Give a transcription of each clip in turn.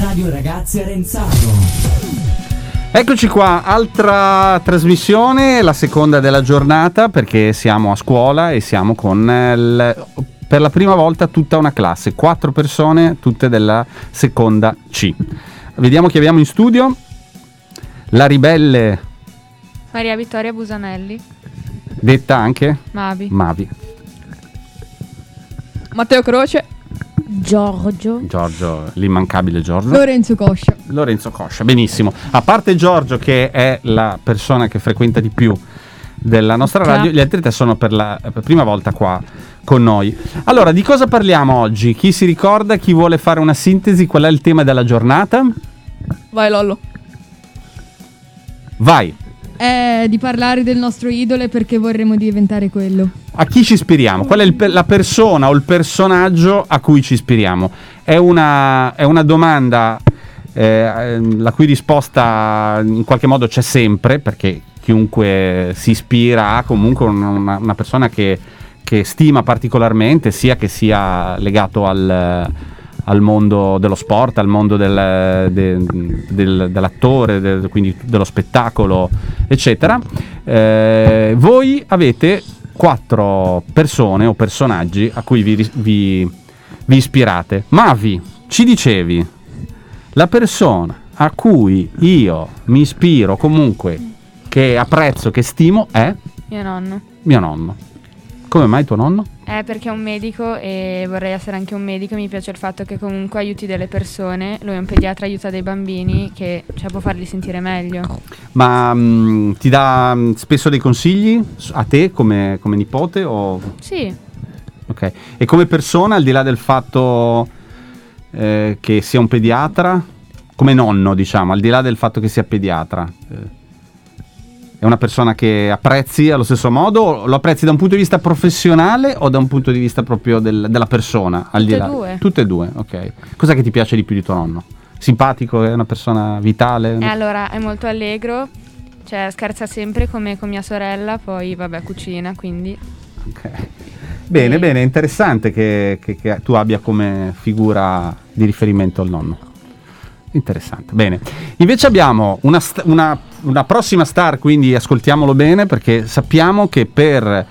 Radio Ragazzi Arenzano. Eccoci qua, altra trasmissione, la seconda della giornata perché siamo a scuola e siamo con eh, il- per la prima volta tutta una classe, quattro persone, tutte della seconda C. Vediamo chi abbiamo in studio. La ribelle, Maria Vittoria Busanelli, detta anche Mavi. Mavi. Matteo Croce, Giorgio. Giorgio, l'immancabile Giorgio. Lorenzo Coscia. Lorenzo Coscia, benissimo. A parte Giorgio, che è la persona che frequenta di più della nostra Tra- radio, gli altri tre sono per la per prima volta qua con noi. Allora, di cosa parliamo oggi? Chi si ricorda, chi vuole fare una sintesi, qual è il tema della giornata? Vai Lollo. Vai, È di parlare del nostro idolo e perché vorremmo diventare quello. a chi ci ispiriamo? Qual è il pe- la persona o il personaggio a cui ci ispiriamo? È una, è una domanda eh, ehm, la cui risposta in qualche modo c'è sempre, perché chiunque si ispira a comunque un- una, una persona che, che stima particolarmente, sia che sia legato al, al mondo dello sport, al mondo del- de- del- dell'attore, del- quindi dello spettacolo, eccetera. Eh, voi avete quattro persone o personaggi a cui vi, ris- vi- vi ispirate. Mavi, ci dicevi, la persona a cui io mi ispiro comunque, che apprezzo, che stimo, è Mio nonno. mio nonno. Come mai tuo nonno? È perché è un medico e vorrei essere anche un medico. e Mi piace il fatto che comunque aiuti delle persone. Lui è un pediatra, aiuta dei bambini che cioè, può farli sentire meglio. Ma mm, ti dà mm, spesso dei consigli s- a te come, come nipote? O... Sì, ok. E come persona, al di là del fatto eh, che sia un pediatra, come nonno, diciamo, al di là del fatto che sia pediatra, eh, è una persona che apprezzi allo stesso modo? O Lo apprezzi da un punto di vista professionale o da un punto di vista proprio del- della persona? Al di Tutte e là? due. Tutte e due, ok. Cos'è che ti piace di più di tuo nonno? Simpatico, è una persona vitale? e allora è molto allegro. Cioè, scherza sempre come con mia sorella, poi vabbè, cucina, quindi Ok. Bene, E- bene, interessante che, che- che tu abbia come figura di riferimento il nonno. Interessante, bene. Invece abbiamo una, st- una- una prossima star, quindi ascoltiamolo bene perché sappiamo che per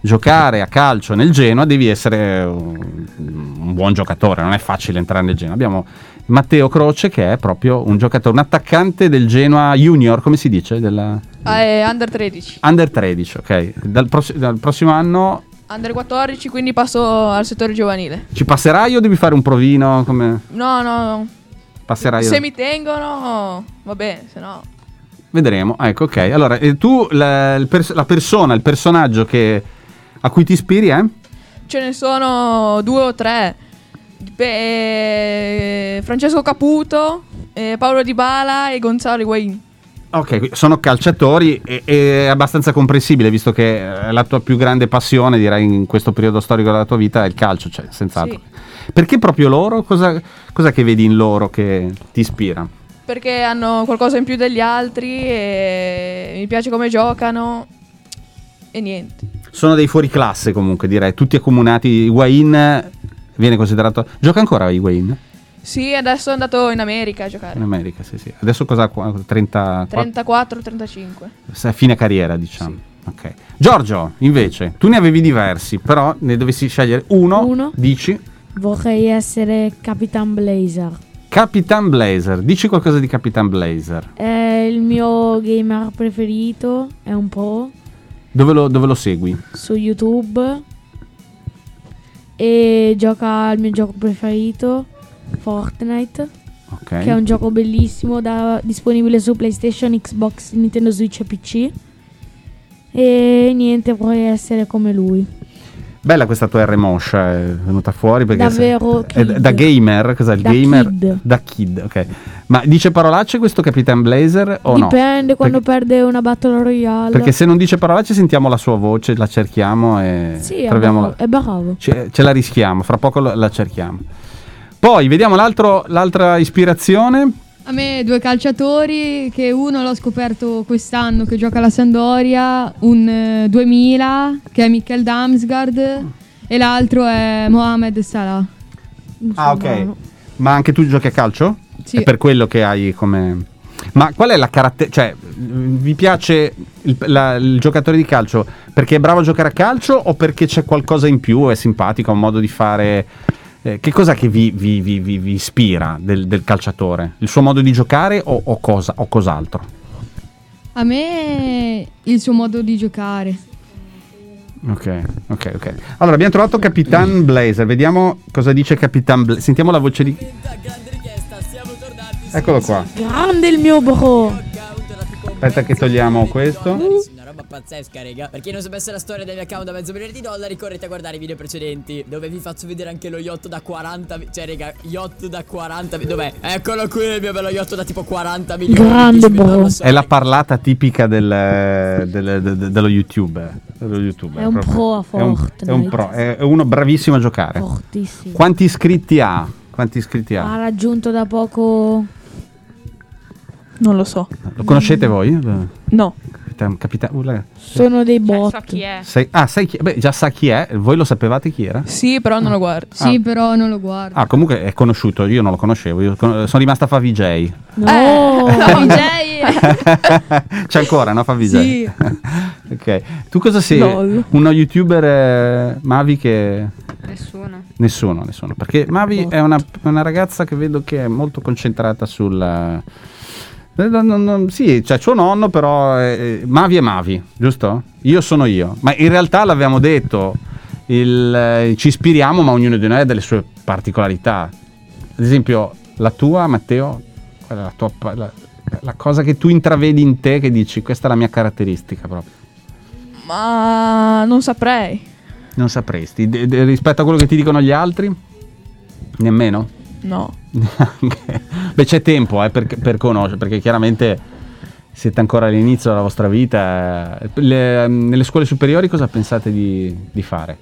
giocare a calcio nel Genoa devi essere un, un buon giocatore, non è facile entrare nel Genoa. Abbiamo Matteo Croce che è proprio un giocatore, un attaccante del Genoa Junior, come si dice? Della Ah, under 13. Under 13, ok. Dal pross- dal prossimo anno Under 14, quindi passo al settore giovanile. Ci passerai o devi fare un provino? Come No, no, no. passerai? Se mi tengono, va bene, se no... Vedremo. Ah, ecco, ok. Allora, e tu la, il pers- la persona, il personaggio che- a cui ti ispiri eh? è? Ce ne sono due o tre. Beh, Francesco Caputo, eh, Paolo Di Bala e Gonzalo Higuain. Ok, qui- sono calciatori e, e è abbastanza comprensibile, visto che eh, la tua più grande passione, direi, in questo periodo storico della tua vita è il calcio, cioè, senz'altro. Perché proprio loro? Cosa, cos'è che vedi in loro che ti ispira? Perché hanno qualcosa in più degli altri e mi piace come giocano e niente. Sono dei fuoriclasse comunque, direi, tutti accomunati. Higuain viene considerato... Gioca ancora Higuain? Sì, adesso è andato in America a giocare. In America, sì, sì. Adesso cosa ha? qua- 30, 34-35. Sei a fine carriera, diciamo. Ok. Giorgio, invece, tu ne avevi diversi, però ne dovessi scegliere uno, Uno. dici Vorrei essere Capitan Blazer. Capitan Blazer. Dici qualcosa di Capitan Blazer. È il mio gamer preferito, è un pro, Dove lo, dove lo segui? su YouTube. E gioca al mio gioco preferito, Fortnite, Ok. che è un gioco bellissimo, da- disponibile su PlayStation, Xbox, Nintendo Switch e PC. E niente, vorrei essere come lui. Bella questa tua R moscia, è venuta fuori perché Davvero se- è kid. da gamer, cos'è il Da gamer? kid. Da kid, ok. Ma dice parolacce questo Capitan Blazer o no? Dipende quando Perché- perde una Battle Royale. Perché se non dice parolacce sentiamo la sua voce, la cerchiamo e Sì, è troviamo la- bravo. È bravo. ce, ce la rischiamo, fra poco la, la cerchiamo. Poi vediamo l'altro- l'altra ispirazione. A me due calciatori che uno l'ho scoperto quest'anno che gioca alla Sandoria, un eh, 2000 che è Michel Damsgaard e l'altro è Mohamed Salah. Ah, ok. Ma anche tu giochi a calcio? Sì. È per quello che hai come. Ma qual è la caratteristica? Cioè, mh, vi piace il, la- il giocatore di calcio perché è bravo a giocare a calcio o perché c'è qualcosa in più, è simpatico, ha un modo di fare. Eh, che cosa che vi, vi- vi- vi- vi ispira del, del calciatore? Il suo modo di giocare o, o cosa, o cos'altro? A me il suo modo di giocare. Ok, ok, ok. Allora abbiamo trovato Capitan Blazer, vediamo cosa dice Capitan Blazer. Sentiamo la voce di. Eccolo qua. Grande il mio bro. Eh. Aspetta che togliamo questo. Una roba pazzesca, raga. Per chi non sapesse la storia del mio account da mezzo milione di dollari, correte a guardare i video precedenti. Dove vi faccio vedere anche lo yacht da 40. mi- Cioè, raga, yacht da 40. mi- Dov'è? Eccolo qui il mio bello yacht da tipo 40 milioni. Grande, Chi spendeva bro. lo so- È la parlata tipica del, del- de- dello youtuber. Dello YouTuber, È un proprio. pro a È un- Fortnite. È un, pro, è è uno bravissimo a giocare. Fortissimo. Quanti iscritti ha? Quanti iscritti Ha ha? raggiunto da poco Non lo so. Lo conoscete voi? Capitan, No. Capitan- urla. sono dei Cioè, bot. so chi è. Sei- ah, sai chi? Beh, già sa chi è. Voi lo sapevate chi era? Sì, però non lo guardo. Sì, però non lo guardo. Ah, comunque è conosciuto, io non lo conoscevo, io con- sono rimasta Favij. No. Eh. C'è ancora, no Favij? Sì. ok. Tu cosa sei? Lol. Uno youtuber eh, Mavi che Nessuno. nessuno, nessuno, perché Mavi è una, una ragazza che vedo che è molto concentrata sulla eh, non- non- non- sì, c'è suo nonno, però eh, Mavi è Mavi, giusto? Io sono io, ma in realtà l'abbiamo detto, il, eh, ci ispiriamo, ma ognuno di noi ha delle sue particolarità. Ad esempio, la tua, Matteo, qual è la, tua, pa- la, la cosa che tu intravedi in te che dici questa è la mia caratteristica proprio. Ma non saprei. Non sapresti. De- de- rispetto a quello che ti dicono gli altri? Nemmeno? No. Neanche. Beh, c'è tempo eh, per, per conoscere, perché chiaramente siete ancora all'inizio della vostra vita. Eh, le- nelle scuole superiori cosa pensate di, di fare?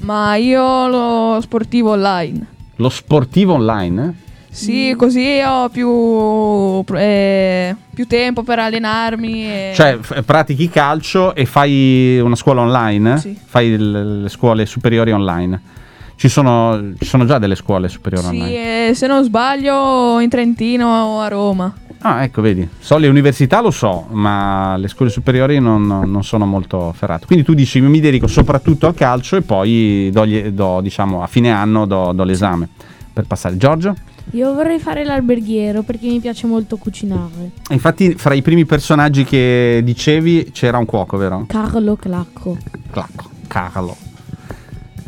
Ma io lo sportivo online. Lo sportivo online? eh? Sì, così ho più, eh, più tempo per allenarmi. e- Cioè, f- pratichi calcio e fai una scuola online? eh? Sì. Fai il- le scuole superiori online? Ci sono, ci sono già delle scuole superiori Sì, online? e se non sbaglio in Trentino o a Roma. Ah, ecco, vedi. So le università lo so, ma le scuole superiori non, non sono molto ferrato. Quindi tu dici mi dedico soprattutto al calcio e poi do gli- do, diciamo, a fine anno do, do l'esame per passare. Giorgio? Io vorrei fare l'alberghiero perché mi piace molto cucinare. E Infatti, fra i primi personaggi che dicevi c'era un cuoco, vero? Carlo Clacco. Clacco. Carlo.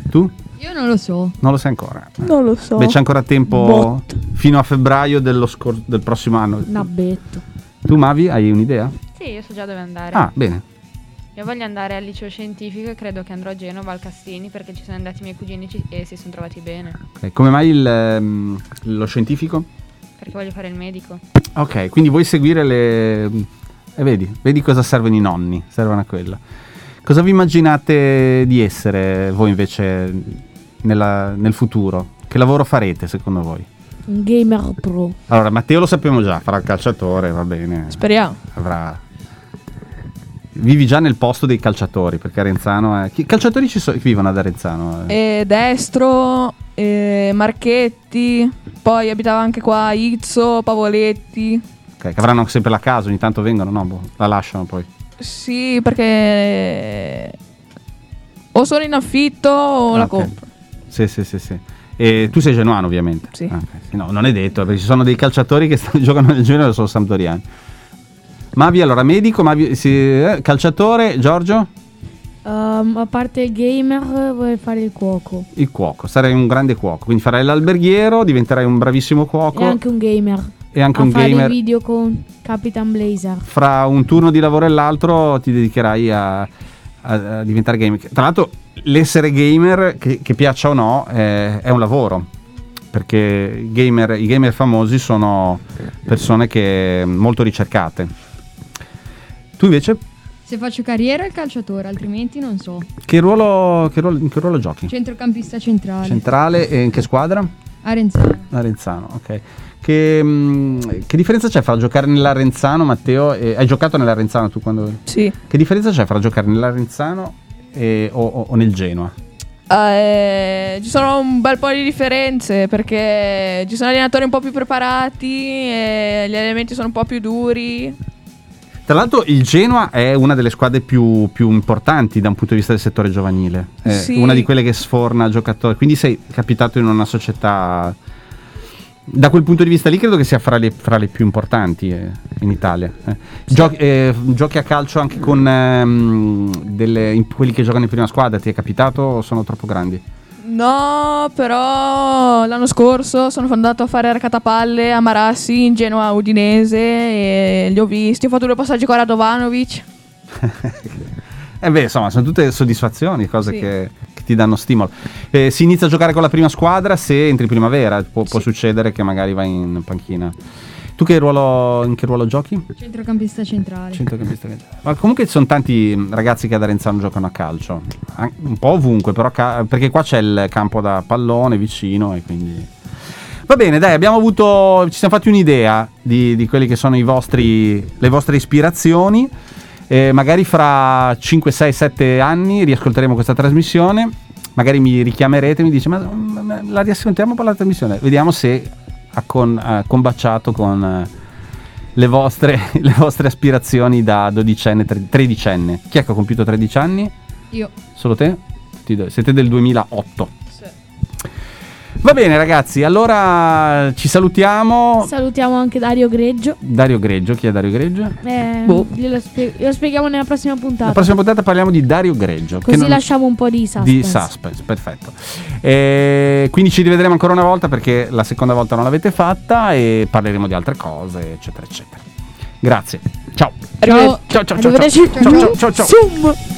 Tu? Io non lo so. Non lo sai ancora. Eh. Non lo so. Beh, c'è ancora tempo Bot. fino a febbraio dello scor- del prossimo anno. Nabbetto. Tu, Mavi, hai un'idea? Sì, io so già dove andare. Ah, bene. Io voglio andare al liceo scientifico e credo che andrò a Genova, al Castini, perché ci sono andati i miei cugini e ci- e si sono trovati bene. Ok, Come mai il, ehm, lo scientifico? Perché voglio fare il medico. Ok, quindi vuoi seguire le... E vedi, vedi cosa servono i nonni, servono a quello. Cosa vi immaginate di essere voi invece nella- nel futuro? Che lavoro farete secondo voi? Un gamer pro. Allora, Matteo lo sappiamo già, farà il calciatore, va bene. Speriamo. Avrà... Vivi già nel posto dei calciatori, perché Arenzano è... Chi calciatori ci so- vivono ad Arenzano? eh? E destro, e Marchetti, poi abitava anche qua Izzo, Pavoletti. Ok, che avranno sempre la casa, ogni tanto vengono, no? boh, la lasciano poi. Sì, perché o sono in affitto o Ah, la ok. compro. Sì, sì, sì, sì. E tu sei genuano, ovviamente. Sì. Ah, ok. Sì, no, non è detto, perché ci sono dei calciatori che stanno- giocano nel Genoa e sono sampdoriani. Mavi, allora, medico, Mavi, sì, eh, calciatore, Giorgio, Ehm, a parte il gamer vorrei fare il cuoco. il cuoco. Sarei un grande cuoco, quindi farai l'alberghiero, diventerai un bravissimo cuoco E anche un gamer. e anche a un fare i gamer. video con Capitan Blazer. Fra un turno di lavoro e l'altro ti dedicherai a, a- a diventare gamer. Tra l'altro, l'essere gamer, che, che piaccia o no, eh, è un lavoro. Perché i gamer- i gamer famosi sono persone che molto ricercate. Tu invece, Se faccio carriera il calciatore, altrimenti non so. che ruolo, che ruolo- in che ruolo giochi? Centrocampista centrale. Centrale e in che squadra? Arenzano. Arenzano, ok. Che, mm, che differenza c'è fra giocare nell'Arenzano, Matteo? e- hai giocato nell'Arenzano tu quando... Sì. Che differenza c'è fra giocare nell'Arenzano e- o, o- o nel Genoa? Eh, ci sono un bel po' di differenze perché ci sono allenatori un po' più preparati, e gli allenamenti sono un po' più duri. Tra l'altro il Genoa è una delle squadre più, più importanti da un punto di vista del settore giovanile, è Sì. una di quelle che sforna giocatori, quindi sei capitato in una società, da quel punto di vista lì credo che sia fra le, fra le più importanti eh, in Italia. eh. Giochi, eh, giochi a calcio anche con ehm, delle- in- quelli che giocano in prima squadra, ti è capitato o sono troppo grandi? No, però l'anno scorso sono andato a fare racatapalle a Marassi in Genoa Udinese e li ho visti. Ho fatto due passaggi con Radovanovic. Eh beh, insomma, sono tutte soddisfazioni, cose Sì. che, che ti danno stimolo. Eh, si inizia a giocare con la prima squadra se entri primavera, può, può succedere che magari vai in panchina. Tu che ruolo, in che ruolo giochi? Centrocampista centrale. Centrocampista. Ma comunque ci sono tanti mh, ragazzi che ad Arenzano giocano a calcio, An- un po' ovunque, però ca- perché qua c'è il campo da pallone vicino e quindi... Va bene, dai, abbiamo avuto, ci siamo fatti un'idea di, di quelle che sono i vostri, le vostre ispirazioni. Eh, magari fra 5, 6, 7 anni riascolteremo questa trasmissione. Magari mi richiamerete e mi dice: Ma mm, ma la riascoltiamo per la trasmissione? Vediamo se ha, con- ha combaciato con eh, le vostre, le vostre aspirazioni da dodicenne, tre- tredicenne. Chi è che ha compiuto 13 anni? Io. Solo te? Ti do- Siete del 2008. Va bene, ragazzi, allora ci salutiamo. Salutiamo anche Dario Greggio. Dario Greggio, chi è Dario Greggio? Eh, Boh. glielo spie- glielo spieghiamo nella prossima puntata. La prossima puntata parliamo di Dario Greggio. che Così non- lasciamo un po' di suspense. Di suspense, perfetto. E quindi ci rivedremo ancora una volta perché la seconda volta non l'avete fatta e parleremo di altre cose, eccetera, eccetera. Grazie. Ciao. Arrivederci. Ciao ciao ciao. Arrivederci. Ciao ciao ciao. ciao. Zoom.